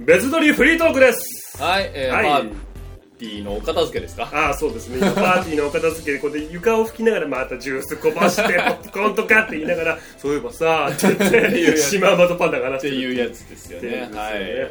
別撮りフリートークですはい、えーはいパーティーのお片付けですかああそうですね今パーティーのお片付けでこうやって床を拭きながらまたジュースこぼ してポップコーンとかって言いながらそういえばさーって言っっていうやてつシマウマとパンダが話してってるいうやつですよっていねうはですいよね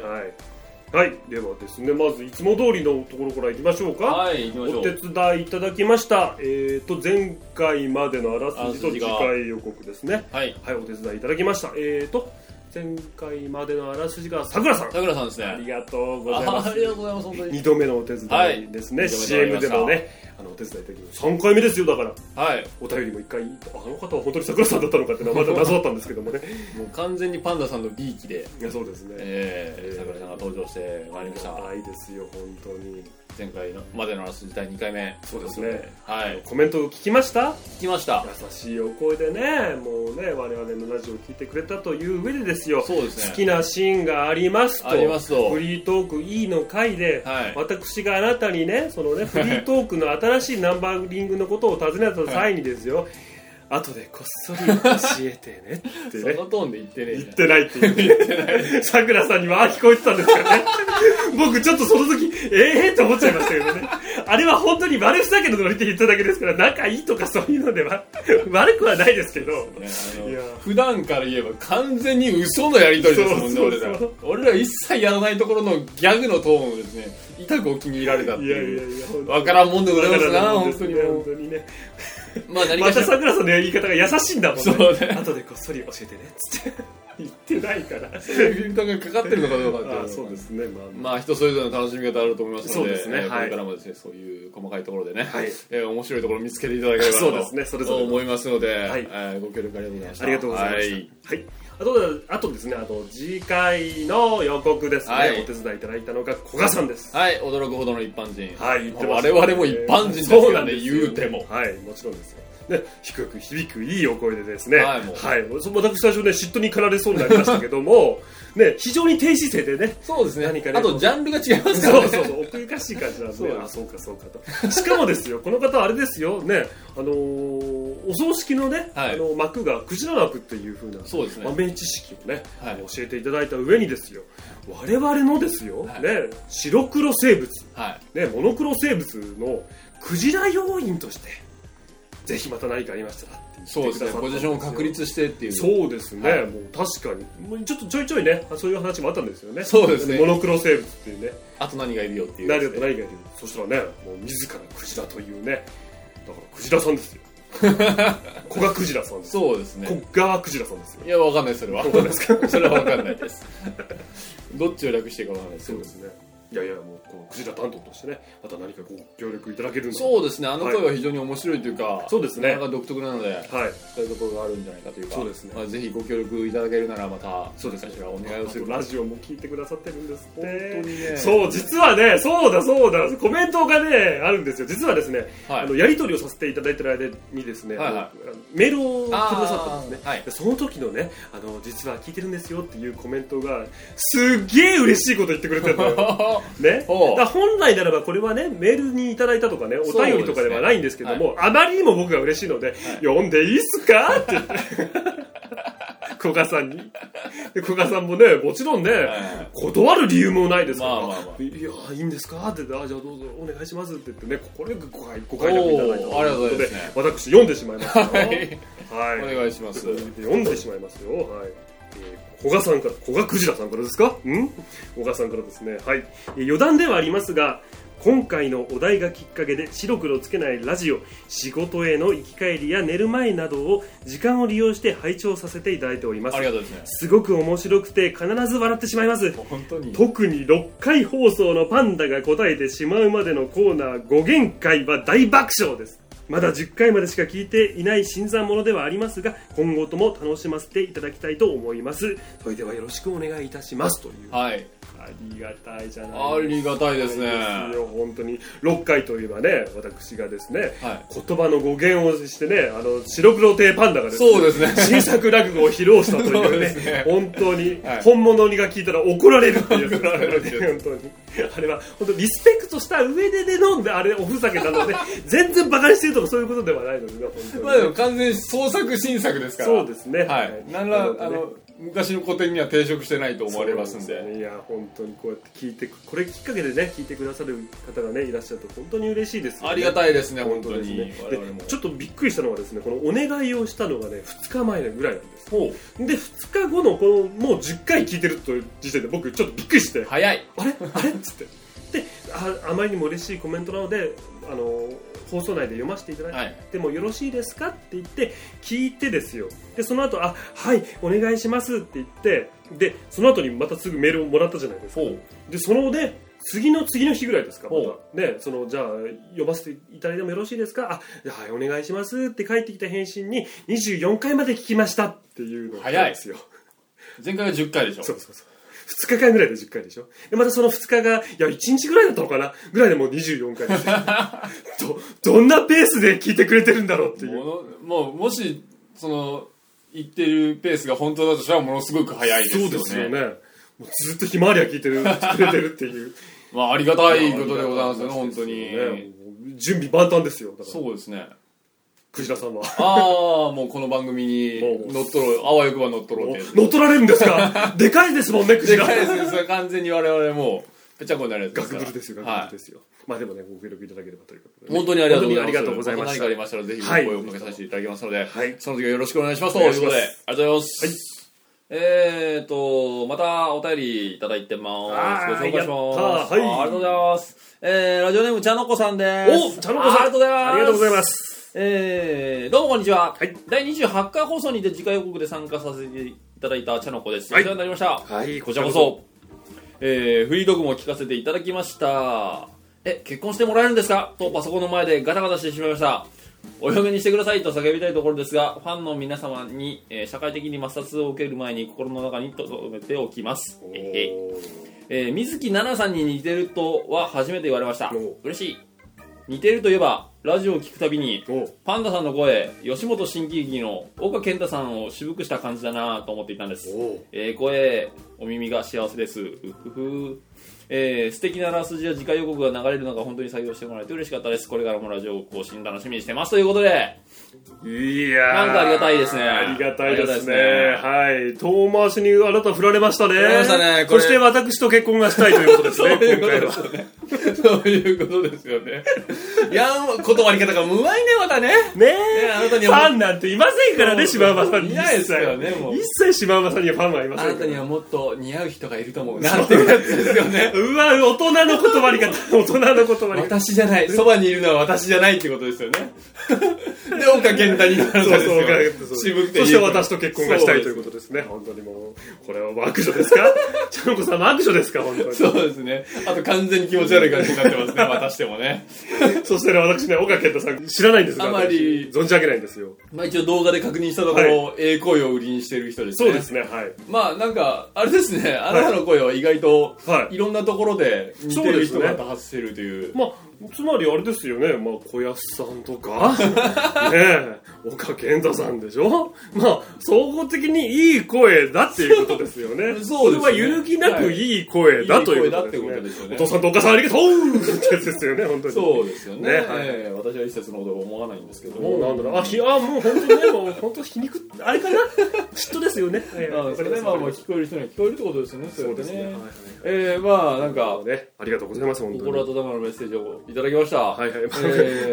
はいはいではですねまずいつも通りのところからいきましょうかはい行きましょおう手伝いいただきましたえー、と前回までのあらすじと次回予告ですねはいはいお手伝いいただきましたえー、と前回までのあらすじがさくらさんさくらさんですねありがとうございまあすありがとうございます本当に2度目のお手伝いですね、はい CM でもねあのお手伝いいただきました3回目ですよだからはいお便りも1回あの方は本当に桜さんだったのかってのはま た謎だったんですけどもねもう完全にパンダさんの B 期でいやそうですね、えーさくらさんが登場してまいりましたいですよ本当に前回のまでのあらすじ第2回目そうですねはいコメントを聞きました聞きました優しいお声でねもうね我々のラジオを聞いてくれたという上でですよそうですね好きなシーンがありますとありますとフリートーク E の回で、はい私があなたにねそのねフリートークの新しいナンバリングのことを尋ねた際にですよ、後でこっそり教えてねってそねのトーンで言ってねえ言じっゃんてないっていうさくらさんにはあ聞こえてたんですよね僕ちょっとその時ええー、って思っちゃいましたけどねあれは本当に悪ふざけのノリで言っただけですから仲いいとかそういうのでは悪くはないですけどねいやあの普段から言えば完全に嘘のやり取りですもんねそう俺そうそうら俺ら一切やらないところのギャグのトーンをですね痛くお気に入られたっていやいやいういや本当わからんもんでございますなわからんもんで本す当にねも本う当にねまあ何まかしたらさくらさんの言い方が優しいんだもんねそうね後でこっそり教えてねっつって言ってないからフィルターがかかってるのかどうかっていうのあはあそうですねまあ、ままあ人それぞれの楽しみ方あると思いますのでそうですねえーこはれいからもですねそういう細かいところでね、はいえー面白いところを見つけていただければなとそうですねそれぞれの思いますので、いえーご協力ありがとうございましたありがとうございました。ははい。あとで、あとですね、あと次回の予告ですね。はいお手伝いいただいたのが古賀さんです。はい、驚くほどの一般人。はい言ってます我ね々も一般人ですそかうならんね、ですよ言うても。はい、もちろんですよ。ね、低く響くいいお声でですね、ははいい、もうそ私最初ね、嫉妬に駆られそうになりましたけども、 ね、非常に低姿勢でね、そうですね。何かねあと、ジャンルが違いますからそうね。そうそう、奥ゆかしい感じなんそうで、ですあ、そうかそうかと。しかもですよ、この方あれですよ、ね、あのーお葬式のね、はいあの幕がクジラ幕っていう風な、そうですね豆知識をね、はい教えていただいた上にですよ、我々のですよ、はいね、白黒生物、はい。ね、モノクロ生物のクジラ要因として、ぜひまた何かありましたらって言ってそうですね。くださったんポジションを確立してっていう。そうですね、はいもう確かにもうちょっとちょいちょいねそういう話もあったんですよねそうですねモノクロ生物っていうねあと何がいるよっていう、何が何がいるそしたらねもう自らクジラというねだからクジラさんですよ 古賀クジラさんですそうですね。古賀クジラさんですよいや、わかんない、それは。わかんないです それはわかんないです。どっちを略していいかわかんないですけど。ねいやいやもうこのクジラ担当としてねまた何かご協力いただけるのそうですね。あの声は非常に面白いというか、そうですねなかなか独特なので、はいそういうところがあるんじゃないかというか、そうですねまあ、ぜひご協力いただけるならまた、そうですね私はお願いをするあとラジオも聞いてくださってるんですって本当にねそう実はねそうだそうだコメントがねあるんですよ実はですね、はいあのやり取りをさせていただいてる間にですね、はいはいあのメールをくださったんですね、あーはいでその時のねあの実は聞いてるんですよっていうコメントがすっげえ嬉しいこと言ってくれてる のよね、だほうから本来ならばこれはねメールにいただいたとかねお便りとかではないんですけども、あまりにも僕が嬉しいので、読んでいいっすかって言って古賀さんにで古賀さんもねもちろんね、はい断る理由もないですから、まあまあまあいやいいんですかって言ってあじゃあどうぞお願いしますって言ってねこれご回ごおーあ回り答いがたとうだいたというごことざいまですね。私読んでしまいましたよはいはいお願いします。読んでしまいますよ。はい。えー古賀さんから、古賀クジラさんからですかうん古賀さんからですね。はい。えー余談ではありますが、今回のお題がきっかけで白黒つけないラジオ、仕事への行き帰りや寝る前などを時間を利用して拝聴させていただいておりますあり。がとうございます。すごく面白くて必ず笑ってしまいます。本当に。特に6回放送のパンダが答えてしまうまでのコーナー5限界は大爆笑ですまだ10回までしか聞いていない新参者ではありますが今後とも楽しませていただきたいと思いますそれではよろしくお願いいたしますというはい。ありがたいじゃないありがたいですね。ですよ本当に6回といえばね私がですね、は言葉の語源をしてねあの白黒亭パンダがですねそうですね新作落語を披露したとそういうでねすね本当に、はい本物にが聞いたら怒られるっていうやつ怒られるってや本当にあれは本当リスペクトした上でで飲んであれおふざけなので全然バカにしてるとかそういうことではないのでね本当に、まあでも完全に創作新作ですから。そうですねはい。なんら、なあのでねの、昔の古典には抵触してないと思われますんそうなすよでねいや本当にこうやって聞いてくこれきっかけでね聞いてくださる方がねいらっしゃると本当に嬉しいですよねありがたいですね本本当当ですに、ね我々でもちょっとびっくりしたのはですねこのお願いをしたのがね2日前ぐらいなんですほうで2日後のこのもう10回聞いてるという時点で僕ちょっとびっくりして早いあれあれっつってでああまりにも嬉しいコメントなのであの放送内で読ませていただいてはいでもよろしいですかって言って聞いてですよでその後あはいお願いしますって言ってでその後にまたすぐメールをもらったじゃないですかほうでそのね次の次の日ぐらいですかまほたねそのじゃあ読ませていただいてもよろしいですかあはいお願いしますって返ってきた返信に24回まで聞きましたっていうのが来たんですよ前回は10回でしょそうそうそう2日間ぐらいで10回でしょでまたその2日がいや1日ぐらいだったのかなぐらいでもう24回 ですよどどんなペースで聞いてくれてるんだろうっていうものもうもしその言ってるペースが本当だとしたらものすごく早いですよねそうですよね。もうずっとひまわりは聞いてる、聞いてくれてるっていう。まあありがたいことでございますねあり本がた当いに、話ですよね。もう準備万端ですよ。だから、そうですねクジラさんは。ああもうこの番組に乗っ取ろうあわよくば乗っ取ろうってやつ乗っ取られるんですかでかいですもんね、クジでラか。いですねそれ完全に我々もうぺちゃんこになるやつガクブルですよ、ガはクブルですよ。まあでもね、ご協力いただければということい、でね、本当にありがとうございます本当にありがとうございました何かありましたらぜひおはい声をかけさせていただきますので、はいその時はよろしくお願いしますとお願いいしうこますとでありがとうございます、えーと、またお便りいただいてます。あごー紹介します。やったーはいあありがとうございます。えー、ラジオネーム、ちゃのこさんです。お茶の子さんありがとうございます。ありがとうございま。す。えー、どうもこんにちは。はい第28回放送にて次回予告で参加させていただいた茶の子です。はいお世話になりました。はいこちらこそ。えー、フリードグも聞かせていただきました。え、結婚してもらえるんですかとパソコンの前でガタガタしてしまいました。お嫁にしてくださいと叫びたいところですが、ファンの皆様に、えー社会的に抹殺を受ける前に心の中に留めておきます。おえーへいえー水木奈々さんに似てるとは初めて言われましたお嬉しい似てるといえばラジオを聞くたびにおうパンダさんの声吉本新喜劇の岡健太さんを渋くした感じだなと思っていたんですおうえー声お耳が幸せですうふふえー素敵なあらすじや次回予告が流れるのが本当に作業してもらえて嬉しかったですこれからもラジオ更新楽しみにしてますということでいやーなんかありがたいですねありがたいですね。ありがはい。遠回しにあなた振られましたね。振られましたねこそれして私と結婚がしたいということですね、そういう今こと回ではす。よねそういうことですよねいやー断り方がうまいねまたねねねえ、あなたにフはァンなんていませんからね、そう島山さんに。いないですからねもう一切島山さんにはファンはいまあせなんかたにら。はもっと似合う人がいると思うなんていうやつですよねうわ、大人の言葉り方、大人の言葉り方。 私じゃない そばにいるのは私じゃないってことですよね で岡健太になるんそうですそうよそう渋くてそして私と結婚がしたいというこことですね。本当にもう、これは悪女ですかちゃんこさんの悪女ですか本当に。そうですねあと完全に気持ち悪い感じになってますねまたしてもねそしてね、私ね、岡健太さん知らないんですがあまり私存じ上げないんですよ。まあ一応動画で確認したところ、ええ声を売りにしてる人ですそねうですね、はい。まあなんかあれですねあなたの声は意外と、はいい、ろんなところで似てる人が多発してるというまあ、つまりあれですよね、まあ、小安さんと か、ねえ、岡健太さんでしょまあ、総合的にいい声だっていうことですよね。 そうですねこれは揺るぎなくいい声だということですいい声だってことね。ですよねお父さんとお母さんありがとうってやつですよね、本当に。 そうですよねねはいええ私は一切そのことは思わないんですけどもうなんだろう、あ、ひ、あ、もう本当にね、もう本当皮肉、あれかな嫉妬ですよね。ええなんですかね、まあまあ聞こえる人には聞こえるってことですよね、そうですね。れはいではいえー、まあなんあかの、ね、ありがとうございます、本当に。心温まるメッセージをいただきました。はいはい、え ー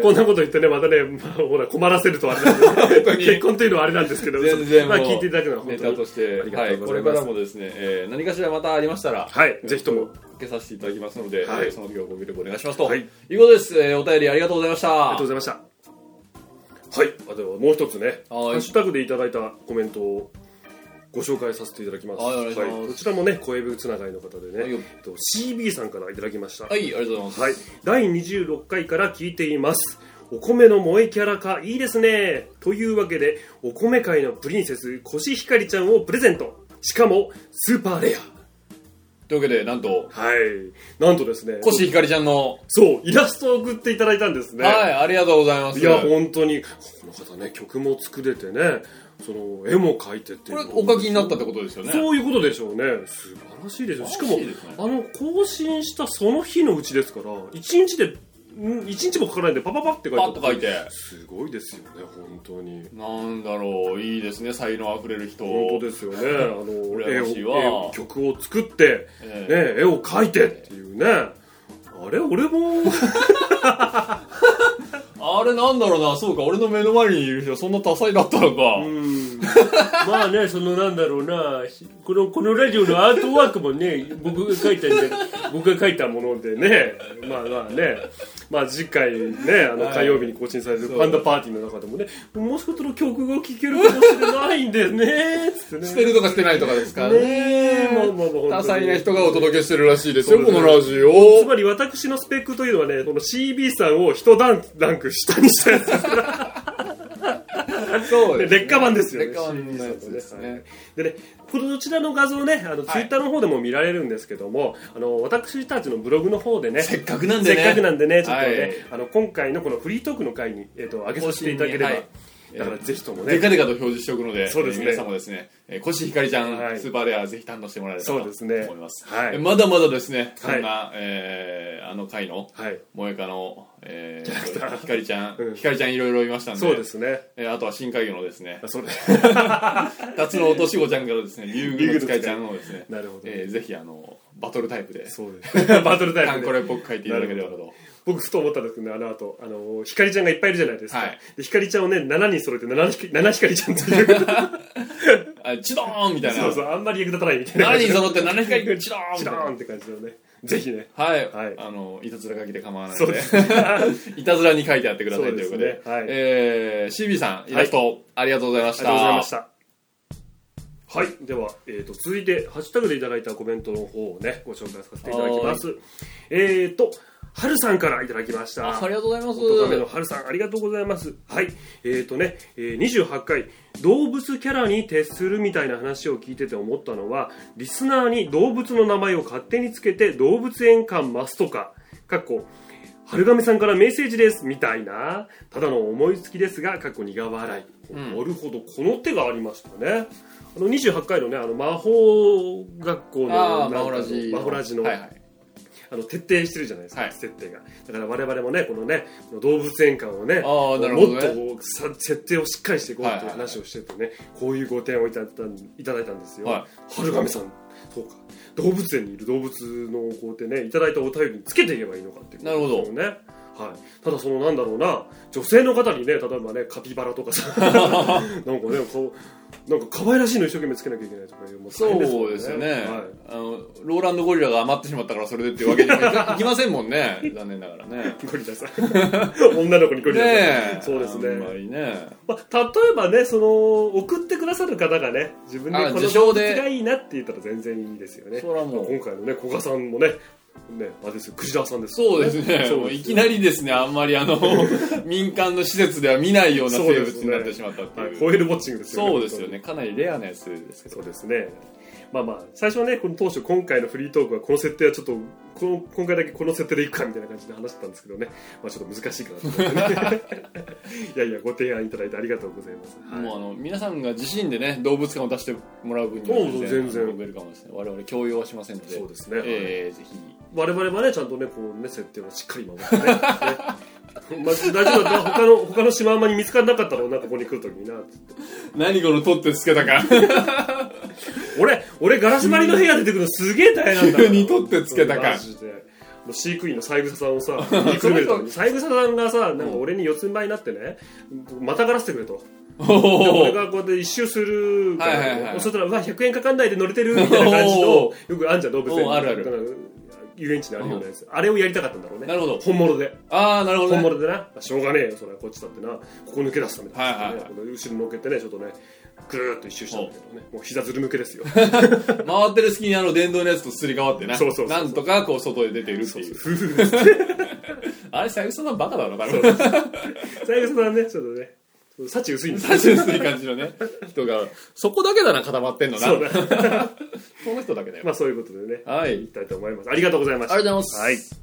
こんなこと言ってね、またね、まあ、ほら困らせるとあれなん当 で、に結婚というのはあれなんですけど、全然まあもう聞いていただくのは本ネ当タとに。してあり、がはとうい、ごこざいれますからもですね、えー、何かしらまたありましたら、はい、ぜひとも。受けさせていただきますので、はいえーその時はご協力お願いしますと、はいい、うことです、えー、お便りありがとうございました。ありがとうございました。はい、あではもう一つね、はいハッシュタグでいただいたコメントをご紹介させていただきます。はいお願いしますこちらもね、声部つながりの方でね、はいよえっと CB さんからいただきました。はい、ありがとうございます。はい、第26回から聞いていますお米の萌えキャラ化いいですねというわけでお米界のプリンセスコシヒカリちゃんをプレゼントしかもスーパーレというわけで、なんと、アはいなんとですねコシヒカリちゃんの、そうイラストを送っていただいたんですね、はい、ありがとうございます。いや本当にこの方ね曲も作れてねその絵も描いてってこいれう、お書きになったってことですよね。そういうことでしょうね素晴らしいですよしかも素晴らしいですねあの更新したその日のうちですから1日でうん、一日もかからないでパパパって書いてあるパッと書いて。すごいですよね本当になんだろう、いいですね、才能あふれる人。本当ですよねあの絵羨をましいわ絵を曲を作って、ええね、絵を描いてっていうねあれ俺もあれなんだろうな、そうか、俺の目の前にいる人はそんな多彩だったのか。うんまあね、そのなんだろうな、この、このラジオのアートワークもね、僕が書いたんで僕が書いたものでねまあまあねまあ次回ねあのはい火曜日に更新されるそうパンダパーティーの中でもねもしかしたら曲が聴けるかもしれないんでねつってね捨てるとか捨てないとかですからね。ねえまあまあまあ本当に多彩な人がお届けしてるらしいですよ、そうこですねのラジオ。つまり私のスペックというのはねこの CB さんを一段ランク下にしたやつですからそうね劣化版ですよね劣化版のやつですね。でねこのどちらの画像ねあのツイッターの方でも見られるんですけども、あの私たちのブログの方でねせっかくなんせでっね。かくなんでね、ちょっとね、はいあの今回のこのフリートークの回に、えっと上げさせていただければ、更新にはいだからぜひともでね、かでかと表示しておくので、そうですねえー皆さんもですね、えーコシヒカリちゃん、はいスーパーレア、ぜひ担当してもらえればとそうですね思います。はいえーまだまだですね、そはいんな、えーあの回の、はい、萌香の、えャラクター、ーひかりちゃん、うんひかりちゃんいろいろいましたんで、そうですね、えーあとは深海魚のですねあ、そうです、辰野落とし子ちゃんからですね、竜宮の使いちゃんのですね、なるほどえーぜひあの、バトルタイプで、そうです、 バトルタカインプコで、レっぽく書いていただければと。僕ふと思ったんですけどね、あの後あのひかりちゃんがいっぱいいるじゃないですか、はいでひかりちゃんをね7人揃えて7ひ七ひかりちゃんって いうあチドーンみたいな。そうそうあんまり役立たないみたいな7感じ人揃って7光チドーンチみラたいなーンって感じのねぜひねはい、はいあのいたずら書きで構わないそのうでで いたずらに書いてあってくださいそうとでいうすこねとではいえー、CB さんイラスト、ありがとうございましありがとうございましたたはいでは、えー、と続いてハッシュタグでいただいたコメントの方をねご紹介させていただきますえっ、ー、とはるさんからいただきましたあありがとうございます音亀の春さんありがとうございますはいえーとね、えー28回動物キャラに徹するみたいな話を聞いてて思ったのはリスナーに動物の名前を勝手につけて動物園感増すとかかっこ春亀さんからメッセージですみたいなただの思いつきですがかっこ苦笑い、うんなるほどこの手がありましたねあの28回のねあの魔法学校のなあーんかマホラジマホラジの、はいはいあの徹底してるじゃないですか、はい設定がだから我々もねこのねこの動物園館をねあーなるほどねもっとこうさ設定をしっかりしていこうっていう話をしててね、こういうご提案をいただいたんいただいたんですよ、は春亀さんそうか動物園にいる動物のこうやってねいただいたお便りにつけていけばいいのかっていうことですよねはい、ただそのなんだろうな女性の方にね例えばねカピバラとかさ なんかねこうなんか可愛らしいの一生懸命つけなきゃいけないとかいうもう大変そうですよね、はいあのローランド・ゴリラが余ってしまったからそれでっていうわけにはいかいきませんもんね残念ながらねゴリラさん 女の子にゴリラさん、ねえそうですねあんまりねまあ、例えばねその送ってくださる方がね自分であこの自称動で物がいいなって言ったら全然いいですよねそらもう今回のね古賀さんもねねあれですよクジラさんですよそうですね。そうもうですいきなりですね、あんまり あの、民間の施設では見ないような生物になってしまったってはいいう。ホエールウォッチングですよねそうですよね。かなりレアなやつですけど。そうですねまあまあ最初はねこの当初今回のフリートークはこの設定はちょっとこの今回だけこの設定でいくかみたいな感じで話してたんですけどねまあちょっと難しいかなと思っ てねいやいやご提案いただいてありがとうございます、はいもうあの、皆さんが自身でね、動物館を出してもらう分にはそうそう全然ウェルカムですね。我々強要はしませんので。そうですね、えー、ぜひ。我々はねちゃんとねこうね設定をしっかり守って ねねまあ、大丈夫だった他の他のシマウマに見つからなかったろうなここに来るときになつって何この取ってつけた か。俺俺ガラス張りの部屋出てくるのすげえ大変なんだから急に取ってつけたかマジでもう飼育員の三枝さんをさ見つめるために三枝さんがさなんか俺に四つん這いになってねまたがらせてくれとおで俺ーがこうやって一周するから、はいはいはいそしたらうわ100円かかんないで乗れてるみたいな感じのおよくあんじゃん動物園おーあるあるなんか遊園地にあるようなやつあれをやりたかったんだろうねなるほど本物であー、なるほど、本ね。物でな、しょうがねえよそれはこっちだってなここ抜け出すためだ、はいはいはいこの後ろ抜けてねちょっとねぐるーっと一周したんだけどねもう膝ずる抜けですよ 回ってる隙にあの電動のやつとすり替わってな。そうそうそうそうなんとかこう外へ出ているっていう。ふふ あれ、サユさんのバカだろ、多 分。最後さんねちょっとねちょっと幸薄いんですよタジュ薄い感じのね、人が、そこだけだな、固まってんの な。そうだ この人だけだよ。まあそういうことでねはい。あいりきたいと思いますありがとうございましたがとうございます。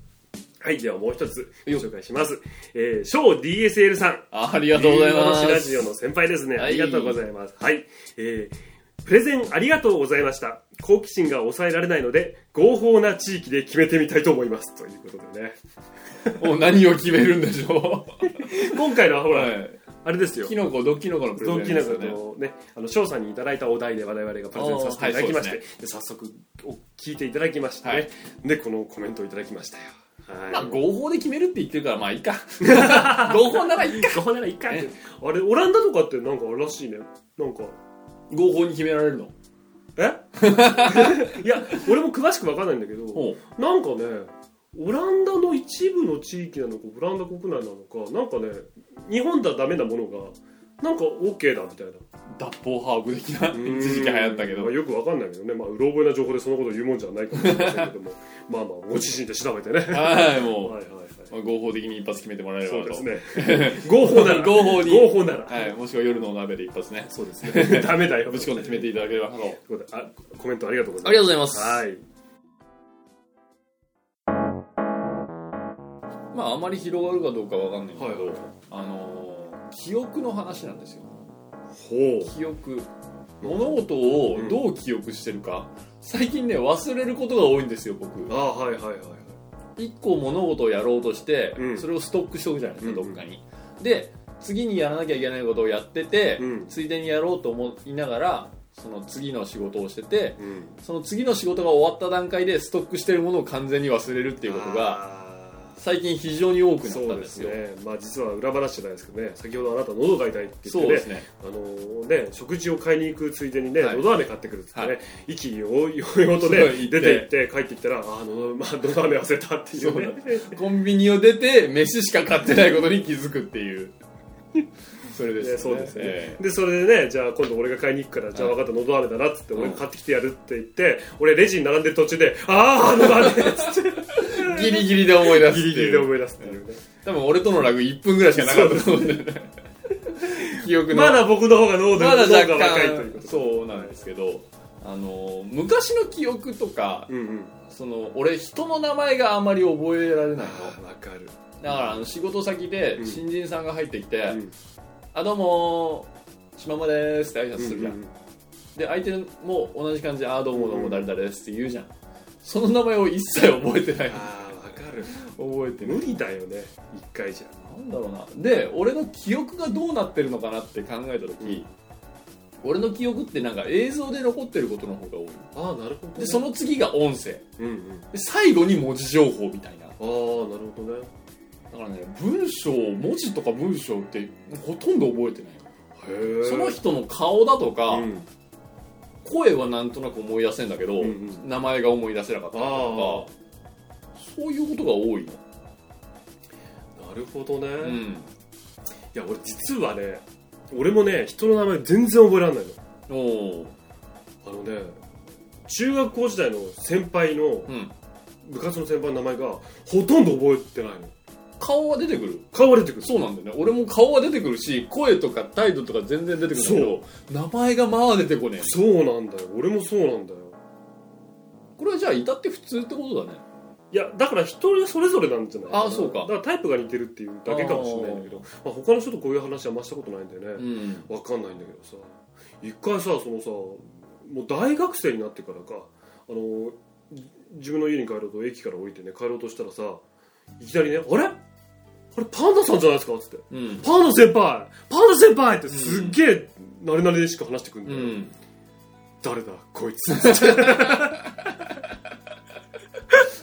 はい、はい、ではもう一つごよ紹介しますえー、ショー DSL さんありがとうございます。ラジオの先輩ですね。はいありがとうございます。はい。えープレゼンありがとうございました好奇心が抑えられないので合法な地域で決めてみたいと思いますということでねもう何を決めるんでしょ今回のはほうら、 はいあれですよキノコドッキノコのプレゼドンンキでナすカよねのね、あの、翔さんにいただいたお題で我々がプレゼンさせていただきまして、あーはいそうで早速お聞いていただきましてね、はいで、このコメントをいただきましたよ。はい。まあ合法で決めるって言ってるからまあいいか合法ならいいかそこならいいかって。あれ、オランダとかってなんかあれらしいね。なんか、合法に決められるのえ いや、俺も詳しくわかんないんだけど、ほうなんかね、オランダの一部の地域なのか、オランダ国内なのか、なんかね、日本ではダメなものが、なんか OK だみたいな。脱法把握的な一時期流行ったけまどあ、よくわかんないけどね、まあ、うろ覚えな情報でそのことを言うもんじゃないかもしれませんけども まあまあご自身で調べてねはい はいもうはいはいまあ合法的に一発決めてもらえればそうとですね合法なら合法に合法な ら、はい、もしくは夜のお鍋で一発ねそうですね ダメだよぶち込んで決めていただければとあということであコメントありがとうございますとうございますはいまああまり広がるかどうかわかんないけど、はいはいあのー記憶の話なんですよほ記憶物事をどう記憶してるか、最近ね忘れることが多いんですよ僕うああはいはいはいはい一個物事をやろうとして、うんそれをストックしておくじゃないですか、うんうんどっかにで次にやらなきゃいけないことをやってて、うんついでにやろうと思いながらその次の仕事をしててうんっその次の仕事が終わった段階でストックしてるものを完全に忘れるってていうことが最近非常に多くなったそうんでですすよねまあ実は裏話じゃないですけどね先ほどあなた喉が痛いって言そってうでねすねあのね、食事を買いに行くついでにね、はい喉飴買ってくるっつってね、はい息をよよとねすごい行って出て行って帰ってきたらあー喉、まあ、喉飴忘れたっていうねコンビニを出て飯しか買ってないことに気づくっていうそれですねそうですねえでそれでねじゃあ今度俺が買いに行くから、じゃあはい分かった喉飴だなっつって、うん俺が買ってきてやるって言って俺レジに並んでる途中でああ喉飴っつってえギリギリで思い出すっギていリギうリで思い出すっていうね多分俺とのラグ1分ぐらいしかなかったと思うんだよね記憶 のまだ僕の方が喉まだが若喉が若いというこ干とそうなんですけどあの昔の記憶とかうんうんその俺人の名前があまり覚えられないのあ分かる、だからあの仕事先でうん新人さんが入ってきて「うんあどうもー島間です」って挨拶するじゃん、うんうんで相手も同じ感じで「あどうもどうも誰々です」って言うじゃんその名前を一切覚えてないああ分かる覚えてない無理だよね一回じゃなんだろうなで俺の記憶がどうなってるのかなって考えた時、俺の記憶ってなんか映像で残ってることの方が多いああなるほど、でその次が音声うんうんで最後に文字情報みたいなだああーなるほどねからね文章文字とか文章ってほとんど覚えてないへえその人の顔だとか、うん声はなんとなく思い出せんだけど、うんうん名前が思い出せなかったりとかそういうことが多いの、なるほどね、ういん、や俺実はね俺もね人の名前全然覚えられないのおおあのね中学校時代の先輩のうん部活の先輩の名前がほとんど覚えてないの顔は出てくる顔が出てくるそうなんだよね俺も顔は出てくるし声とか態度とか全然出てくるんだけど名前がまあ出てこねえそうなんだよ俺もそうなんだよこれはじゃあ至って普通ってことだねいやだから人それぞれなんじゃないなあーそうかだからタイプが似てるっていうだけかもしれないんだけどまあ、他の人とこういう話はましたことないんだよね、うんわかんないんだけどさ一回さそのさもう大学生になってからかあのじ自分の家に帰ろうと駅から降りてね帰ろうとしたらさいきなりね「あれあれパンダさんじゃないですか?」っつってう「んパンダ先輩パンダ先輩!」ってすっげえなれなれでしか話してくんうだよ、ん誰だこいつつって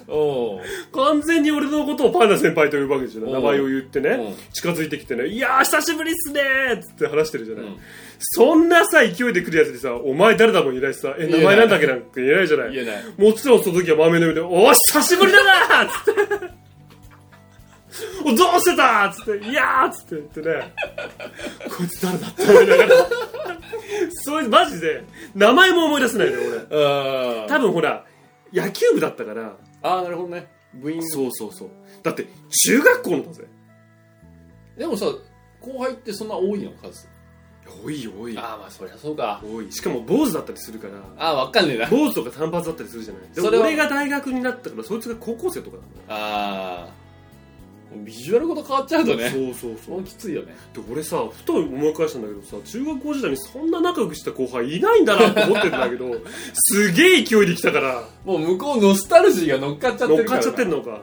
おー完全に俺のことをパンダ先輩と呼ぶわけですよねお名う前を言ってねうん近づいてきてね「いやー久しぶりっすねー!」っつって話してるじゃうない、んそんなさ、勢いで来るやつにさ、お前誰だもんいないしさ、え、言えない名前なんだっけなんて言えないじゃない。言えないもちろんその時は豆の上で、おー久しぶりだなーっつって。 おどうしてたーっつって、いやーっつって言ってね、 こいつ誰だって思いながら。 そいつマジで、名前も思い出せないのよ、俺。あー多分ほら、野球部だったから、あーなるほどね部員そうそうそう。だって、中学校のだぜ。でもさ後輩ってそんな多いの数多いよ、多い。ああまあそりゃそうか多い。しかも坊主だったりするから、ああわかんねえな坊主とか単発だったりするじゃないでそれもは俺が大学になったからそいつが高校生とかだもんねあビジュアルごと変わっちゃうとねそうそうそもううきついよねで俺さふと思い返したんだけどさ中学校時代にそんな仲良くした後輩いないんだなと思ってんだけ どすげえ勢いで来たからもう向こうノスタルジーが乗っかっちゃっ乗てっるかからっちゃってんののか、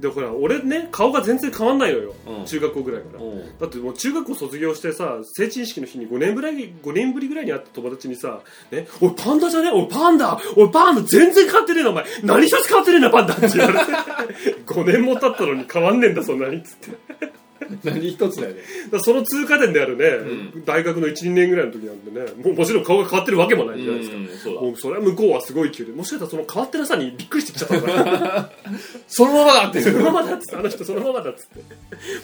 でほら俺ね顔が全然変わんないのよ、うん中学校ぐらいから、うん、だってもう中学校卒業してさ成人式の日に5年ぶらい5年ぶりぐらいに会った友達にさ「ね、おいパンダじゃねおいパンダおいパンダ全然変わってねえなお前何一つ変わってねえなパンダ」って言 われて5年も経ったのに変わんねえんだそんなにっつってだか何一つだよねらその通過点であるね、大学の12年ぐらいの時なんでねもうもちろん顔が変わってるわけもないじゃないですか、うんそうだもうそれは向こうはすごい急でもしかしたらその変わってなさにびっくりしてきちゃったのかなそのままだってそのままだっつってあの人そのままだっつって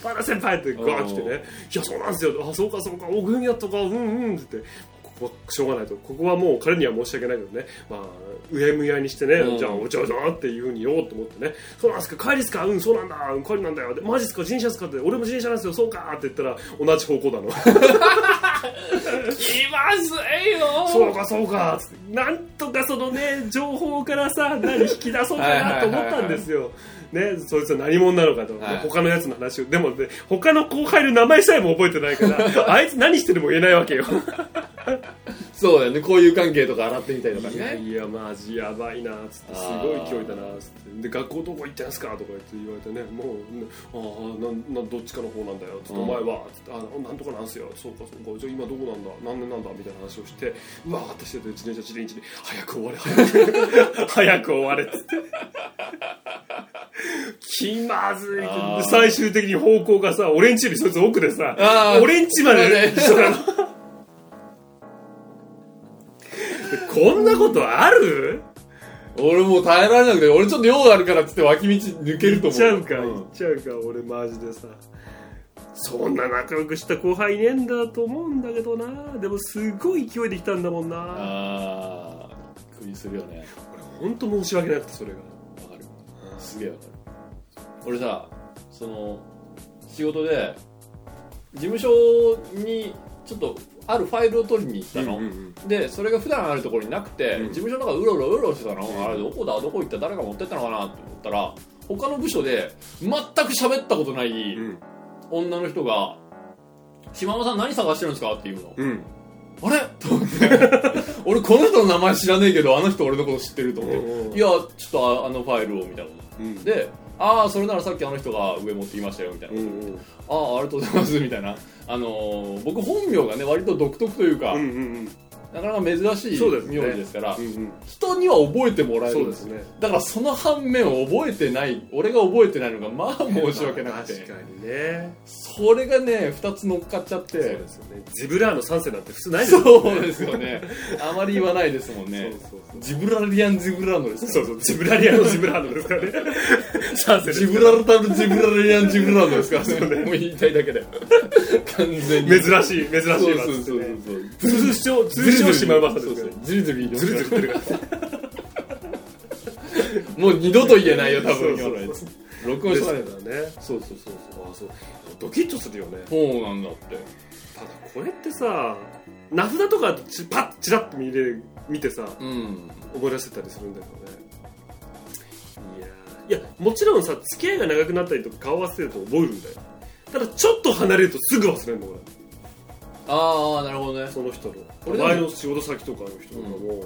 パラ先輩ってガーッ来てうんね「いやそうなんですよあそうかそうかおぐんやとかうんうん」っつって。ここはしょうがないとここはもう彼には申し訳ないけどね、まあ、上むやにしてね、うんじゃあお茶お茶っていうふうに言おうと思ってねそうなんですか帰りっすかうんそうなんだうん帰りなんだよでマジっすか人車っすかって俺も人車なんですよそうかって言ったら同じ方向だの気まずいよそうかそうかつってなんとかそのね情報からさ何引き出そうかなと思ったんですよねそいつは何者なのかと、はい他のやつの話をでもね他の後輩の名前さえも覚えてないから あいつ何してるも言えないわけよそうだよねこういう関係とか洗ってみたりとかいやねいやマジやばいなつってすごい勢いだなつってで学校どこ行ったんすかとか言って言われてねもうねああなんなんどっちかの方なんだよつって、うんお前はつってあなんとかなんすよそうかそうかじゃあ今どこなんだ何年なんだみたいな話をしてうわーってしてて自転車自転車に早く終われ早く早く終われつっ て気まずいであー最終的に方向がさ俺んちよりそいつ奥でさあー俺んちまで一緒なの こんなことある俺もう耐えられなくて俺ちょっと用があるからっつって脇道抜けると行っ思うちゃうか、ん行っちゃうか俺マジでさそんな仲良くした後輩いねえんだと思うんだけどなでもすごい勢いで来たんだもんなああびっくりするよね俺ほんと申し訳なくてそれがわかるすげえわかる俺さその仕事で事務所にちょっとあるファイルを取りに行ったの、でそれが普段あるところになくて、うん事務所の中うろうろうろうろしてたの、あれどこだどこ行った誰が持ってったのかなと思ったら他の部署で全く喋ったことないうん女の人が「島間さん何探してるんですか?」って言うの、うんあれ と思って俺この人の名前知らねえけどあの人俺のこと知ってると思って、うんうんいやちょっとああのファイルをみたいなうんで「ああそれならさっきあの人が上持ってきましたよ」みたいな「うんうんああありがとうございます」みたいなあのー僕本名がね割と独特というか、うんうんなかなか珍しいそうですね名字ですからうんうん人には覚えてもらえそるうんでですすねだからその反面覚えてない俺が覚えてないのがまあ申し訳なく 確かてにねそれがね2つ乗っかっちゃっそうてですよねゼブラーの三世なんて普通ないですよそうですよねあまり言わないですもんねそうそうジブラリアンジブラーノですそうそうジブラリアのジブラードですからね三世ですジブラルタルジブラリアンジブラーノですからねもう言いたいだけだよ完全に珍しい珍しいわそうっそつうってそうねそう通称通称島まさですそうからそうねずるずるずるずる言ってるからもう二度と言えないよ多分そ今うそうそのやつ録音しとかないとねそうそうそうあそうドキッとするよねそうそうなんだってただこれってさ名札とかちパッチラッと見れ見てさうん思い出せたりするんだけどねいやーいやもちろんさ付き合いが長くなったりとか顔合わせてると覚えるんだよただちょっと離れるとすぐ忘れるの俺ああなるほどねその人の俺でも前の仕事先とかの人とかも、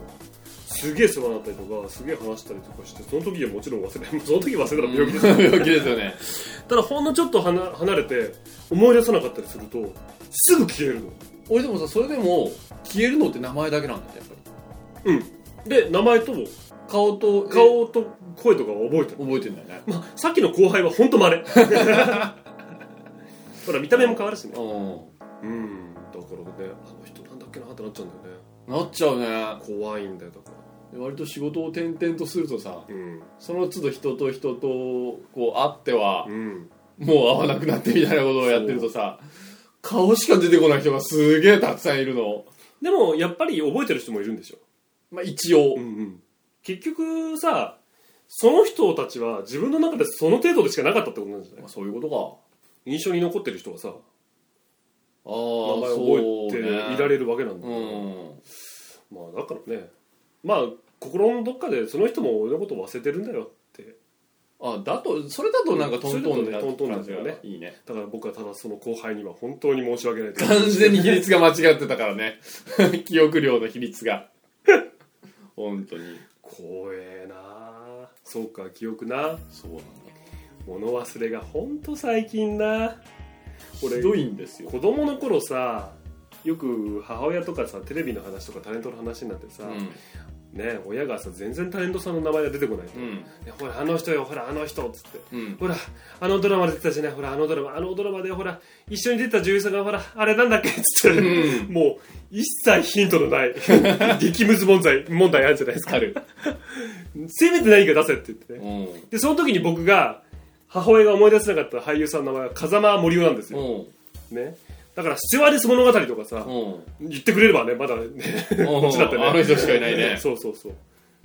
すげえ世話になったりとかすげえ話したりとかしてその時はもちろん忘れない その時忘れたら病気ですよ病気ですよね ただほんのちょっと離離れて思い出さなかったりするとすぐ消えるの俺でもさそれでも消えるのって名前だけなんだってやっぱりで名前と顔と顔と声とかは覚えてる、覚えてんだよねまあ、さっきの後輩はほんとまれ ほら見た目も変わるしねううんだからねあの人なんだっけなってなっちゃうんだよねんなっちゃうね怖いんだよだから割と仕事を転々とするとさうんその都度人と人とこう会ってはうんもう会わなくなってみたいなことをやってるとさ顔しか出てこない人がすげえたくさんいるのでもやっぱり覚えてる人もいるんでしょまあ一応うんうん結局さその人たちは自分の中でその程度でしかなかったってことなんじゃないまあそういうことか印象に残ってる人はさあ名あ前そう覚えていねられるわけなんだうからんまあだからねまあ心のどっかでその人も俺のことを忘れてるんだよってあだとそれだとなんかトントンになってく感じがそれだとトントンですよねいいねだから僕はただその後輩には本当に申し訳ないです完全に比率が間違ってたからね記憶量の比率が 本当に怖えなあそうか記憶なそうなんだ物忘れが本当最近な俺ひどいんですよ、子供の頃さよく母親とかさテレビの話とかタレントの話になってさ、うね親がさ全然タレントさんの名前が出てこないと、んうんねほらあの人よほらあの人っつってうん、ほらあのドラマ出てたじゃないほらあのドラマあのドラマでほら一緒に出てた女優さんがほらあれなんだっけっつって、うもう一切ヒントのない 激ムズ問題問題あるじゃないですかある、せめて何か出せって言ってねうんでその時に僕が母親が思い出せなかった俳優さんの名前は風間森生なんですうよ、んねだからスチュワーデス物語とかさ、うん言ってくれればねまだねこっちだってね あの人しかいないね そうそうそう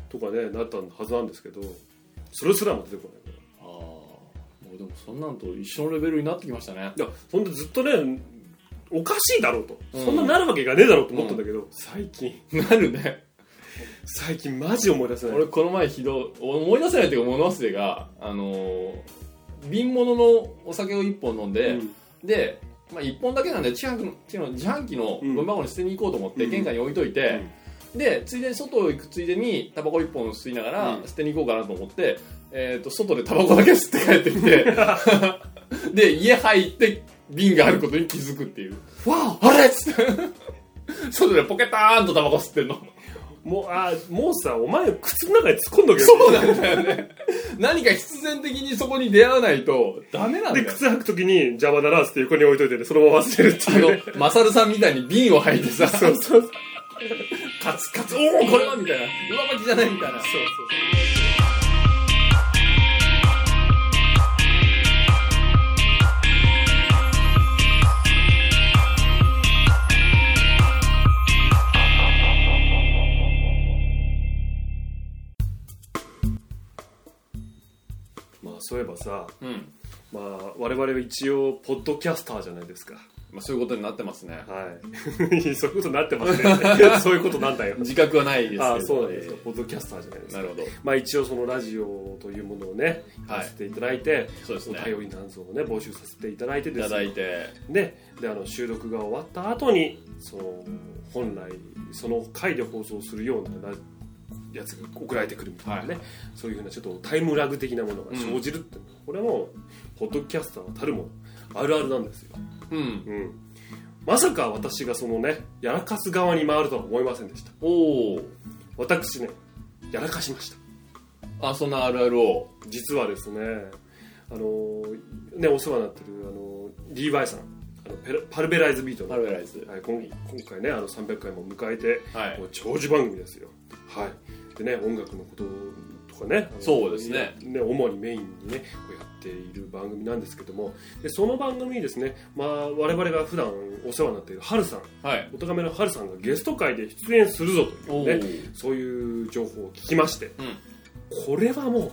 とかねなったはずなんですけどそれすらも出てこないからああもうでもそんなんと一緒のレベルになってきましたねいやほんでずっとねおかしいだろうと、うんそんななるわけがねえだろうと思ったんだけど、最近なるね最近マジ思い出せない 俺この前ひどい思い出せないというか物忘れがあのー瓶物のお酒を1本飲んで、うんで、まあ、1本だけなんで自販機の自販機のうんゴミ箱に捨てに行こうと思って、うん玄関に置いといて、でついでに外行くついでにタバコ1本吸いながらうん捨てに行こうかなと思って、えー、と外でタバコだけ吸って帰ってきて で家入って瓶があることに気づくっていうわああれっつって外でポケターンとタバコ吸ってんのもうあもうさお前靴の中に突っ込んどけよそうなんだよね何か必然的にそこに出会わないとダメなんだでよ靴履く時に邪魔だなっつって横に置いといてねそのまま忘れるってあいうのね、マサルさんみたいに瓶を吐いてさ、そうそうそうカツカツ、おお、 これはみたいな、上巻きじゃないみたいな。そうまあそういえばさ、うん。まあ、我々は一応ポッドキャスターじゃないですかまあ、そういうことになってますね。はい そういうことになってます ねそういうことなんだよ自覚はないですけど。ああそうなんですかポッドキャスターじゃないですなかるほど。まあ、一応そのラジオというものをね、はいさせていただいて、そうですねお便りなんぞをね募集させていただいていでたすだねいて、でであの収録が終わった後にその本来その回で放送するようなラやつが送られてくるみたいなね、そういうふうなちょっとタイムラグ的なものが生じるって、これはもうポッドキャスターたるものあるあるなんですよ、うん。うん、まさか私がそのねやらかす側に回るとは思いませんでしたおお。私ねやらかしましたあ、そんなあるあるを。実はですねあのねお世話になってるあのリーバイさんあのペラパルベライズビートの、パはい、ルベライズ。今今回ねあの300回も迎えて、はいもう長寿番組ですよはいでね音楽のこととかねあのそうですねね主にメインにねこうやっている番組なんですけどもでその番組にですね、まあ、我々が普段お世話になっているハルさんはい。お咎めのハルさんがゲスト会で出演するぞとおお。いうねそういう情報を聞きましてうん。これはも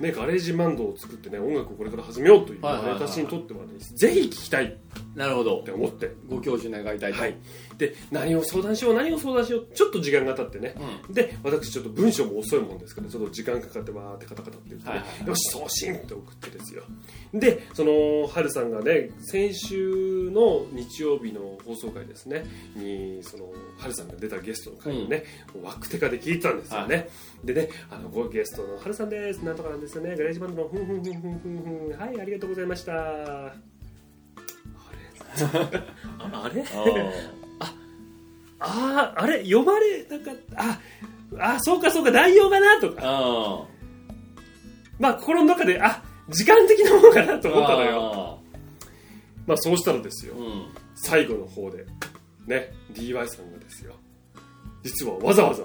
う、ね、ガレージバンドを作ってね音楽をこれから始めようというはいはいはい私にとってはね、ぜひ聞きたいっなるほどて。思って、ご教授願いたいと。はい、で何を相談しよう何を相談しようちょっと時間が経ってねうで私ちょっと文章も遅いもんですからちょっと時間かかってわーってカタカタって言って、ねはいはいはいよし送信って送ってですよでそのハルさんがね先週の日曜日の放送回ですねにそのハルさんが出たゲストの回をね、もうワクテカで聞いてたんですよね、でねあのごゲストのハルさんですなんとかなんですよねガレージバンドのふんふんふんふんふんふんはいありがとうございましたあれ ああれん。あああれ読まれなかったああそうかそうか内容がなとあかあ。まあ心の中であ時間的なものかなと思ったのよよ。まあそうしたらですようん。最後の方でね DY さんがですよ実はわざわざ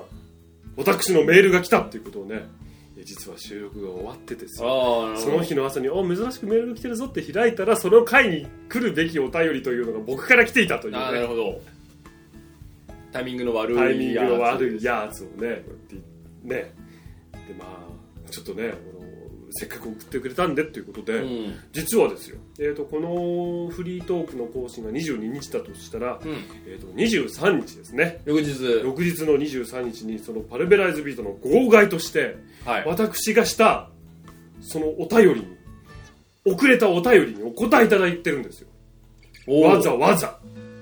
私のメールが来たっていうことをねいや実は収録が終わってですよああ、なるそほのど。日の朝に「お珍しくメールが来てるぞ」って開いたらその回に来るべきお便りというのが僕から来ていたというああ、なるねほど。タイミングの悪い。タイミングの悪いやつをねこうやってねでまあちょっとねこのせっかく送ってくれたんでということで、うん。実はですよ、えー、とこのフリートークの更新が22日だとしたら、うん。えー、と23日ですね翌日。翌日の23日にそのパルベライズビートの号外としてはい。私がしたそのお便りに遅れたお便りにお答えいただいてるんですよおわざわざ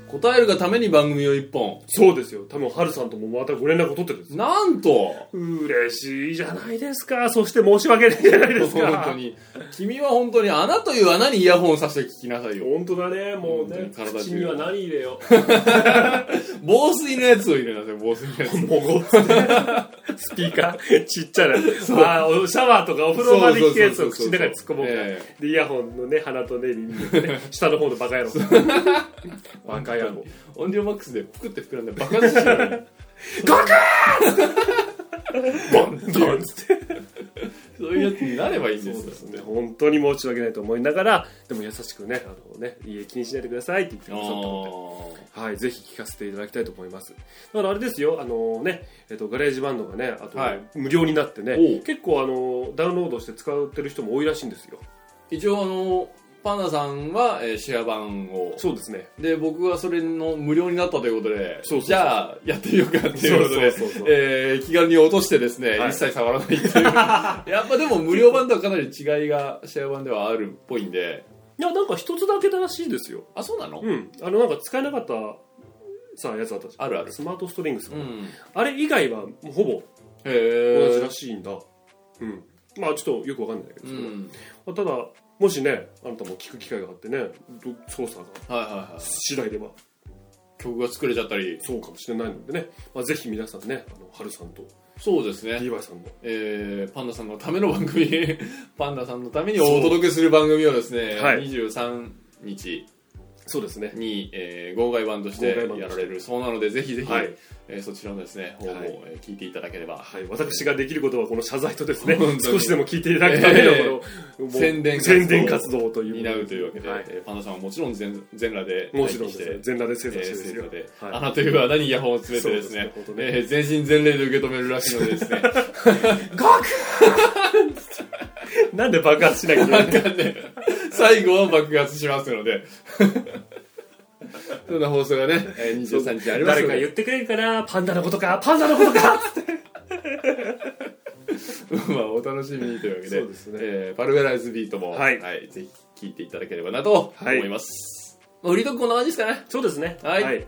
答えるがために番組を一本そうですよ多分ハルさんともまたご連絡を取ってですよなんと嬉しいじゃないですかそして申し訳ないじゃないですか本当に君は本当に穴という穴にイヤホンさせて聞きなさいよ本当だねもうね本当に体中口には何入れよ防水のやつを入れなさい防水のやつもごっつってスピーカーちっちゃなあーおシャワーとかお風呂場で聞くやつを口の中に突っ込もうかえでイヤホンのね鼻とね耳のね下の方のバ カ野郎バカ野郎音量マックスでプクって膨らんで爆発してるよねボンドンつって そういうやつになればいいんですよね本当に申し訳ないと思いながらでも優しくねあのね家気にしないでくださいって言ってくださったのではい、ぜひ聞かせていただきたいと思います。だからあれですよ、あのね、えっと、ガレージバンドがね、あと、はい無料になっておねう、結構あの、ダウンロードして使ってる人も多いらしいんですよ。一応あのパンダさんは、えーシェア版をそうですね。で僕はそれの無料になったということでそうそうそうじゃあやってみようかっていうことでそうそうそうそうえー気軽に落としてですね、はい一切触らないってい うやっぱでも無料版とはかなり違いがシェア版ではあるっぽいんでいや、なんか一つだけだらしいですよ。あそうなの、うん。あの、なんか使えなかった、さ、やつあったじゃん。あるあるスマートストリングス、うんあれ以外は、もうほぼへ同じえらしいんだ。うん。まあ、ちょっとよくわかんないけど、うんまあただ、もしね、あなたも聞く機会があってね、ど操作がはいはいはい次第では、曲が作れちゃったりそうかもしれないのでね、まあ、ぜひ皆さんね、あの、春さんと、そうですね、 DY さんのえー、パンダさんのための番組 パンダさんのためにお届けする番組をですね、はい23日そうですね。に、えー、号外版として号外版やられるそうなのでぜひぜひ、はいえーそちらのですね方も、はいえー聞いていただければ、はい、私ができることはこの謝罪とです ね本当、に少しでも聞いていただくためのええこの、もう宣伝活動宣伝活動という担うというわけで、はい、えーパンダさんはもちろん全全裸でもちろん待で機すねして。全裸で精査えしてーです生よ 徒。で、はいあなたいう穴にイヤホンを詰めてですねそうですね本当ねえー全身全霊で受け止めるらしいのでで すねなんで爆発しなきゃいけないなんかね最後は爆発します のでそんな放送がね、えー、23日ありま誰すのか言でってくれるかな パンダのことかパンダのことか まあお楽しみにというわけで そうですねえーパルベライズビートも、はいぜひ聴いていただければなと思います、まあフリートークこんな感じですかねそうですね。はいはい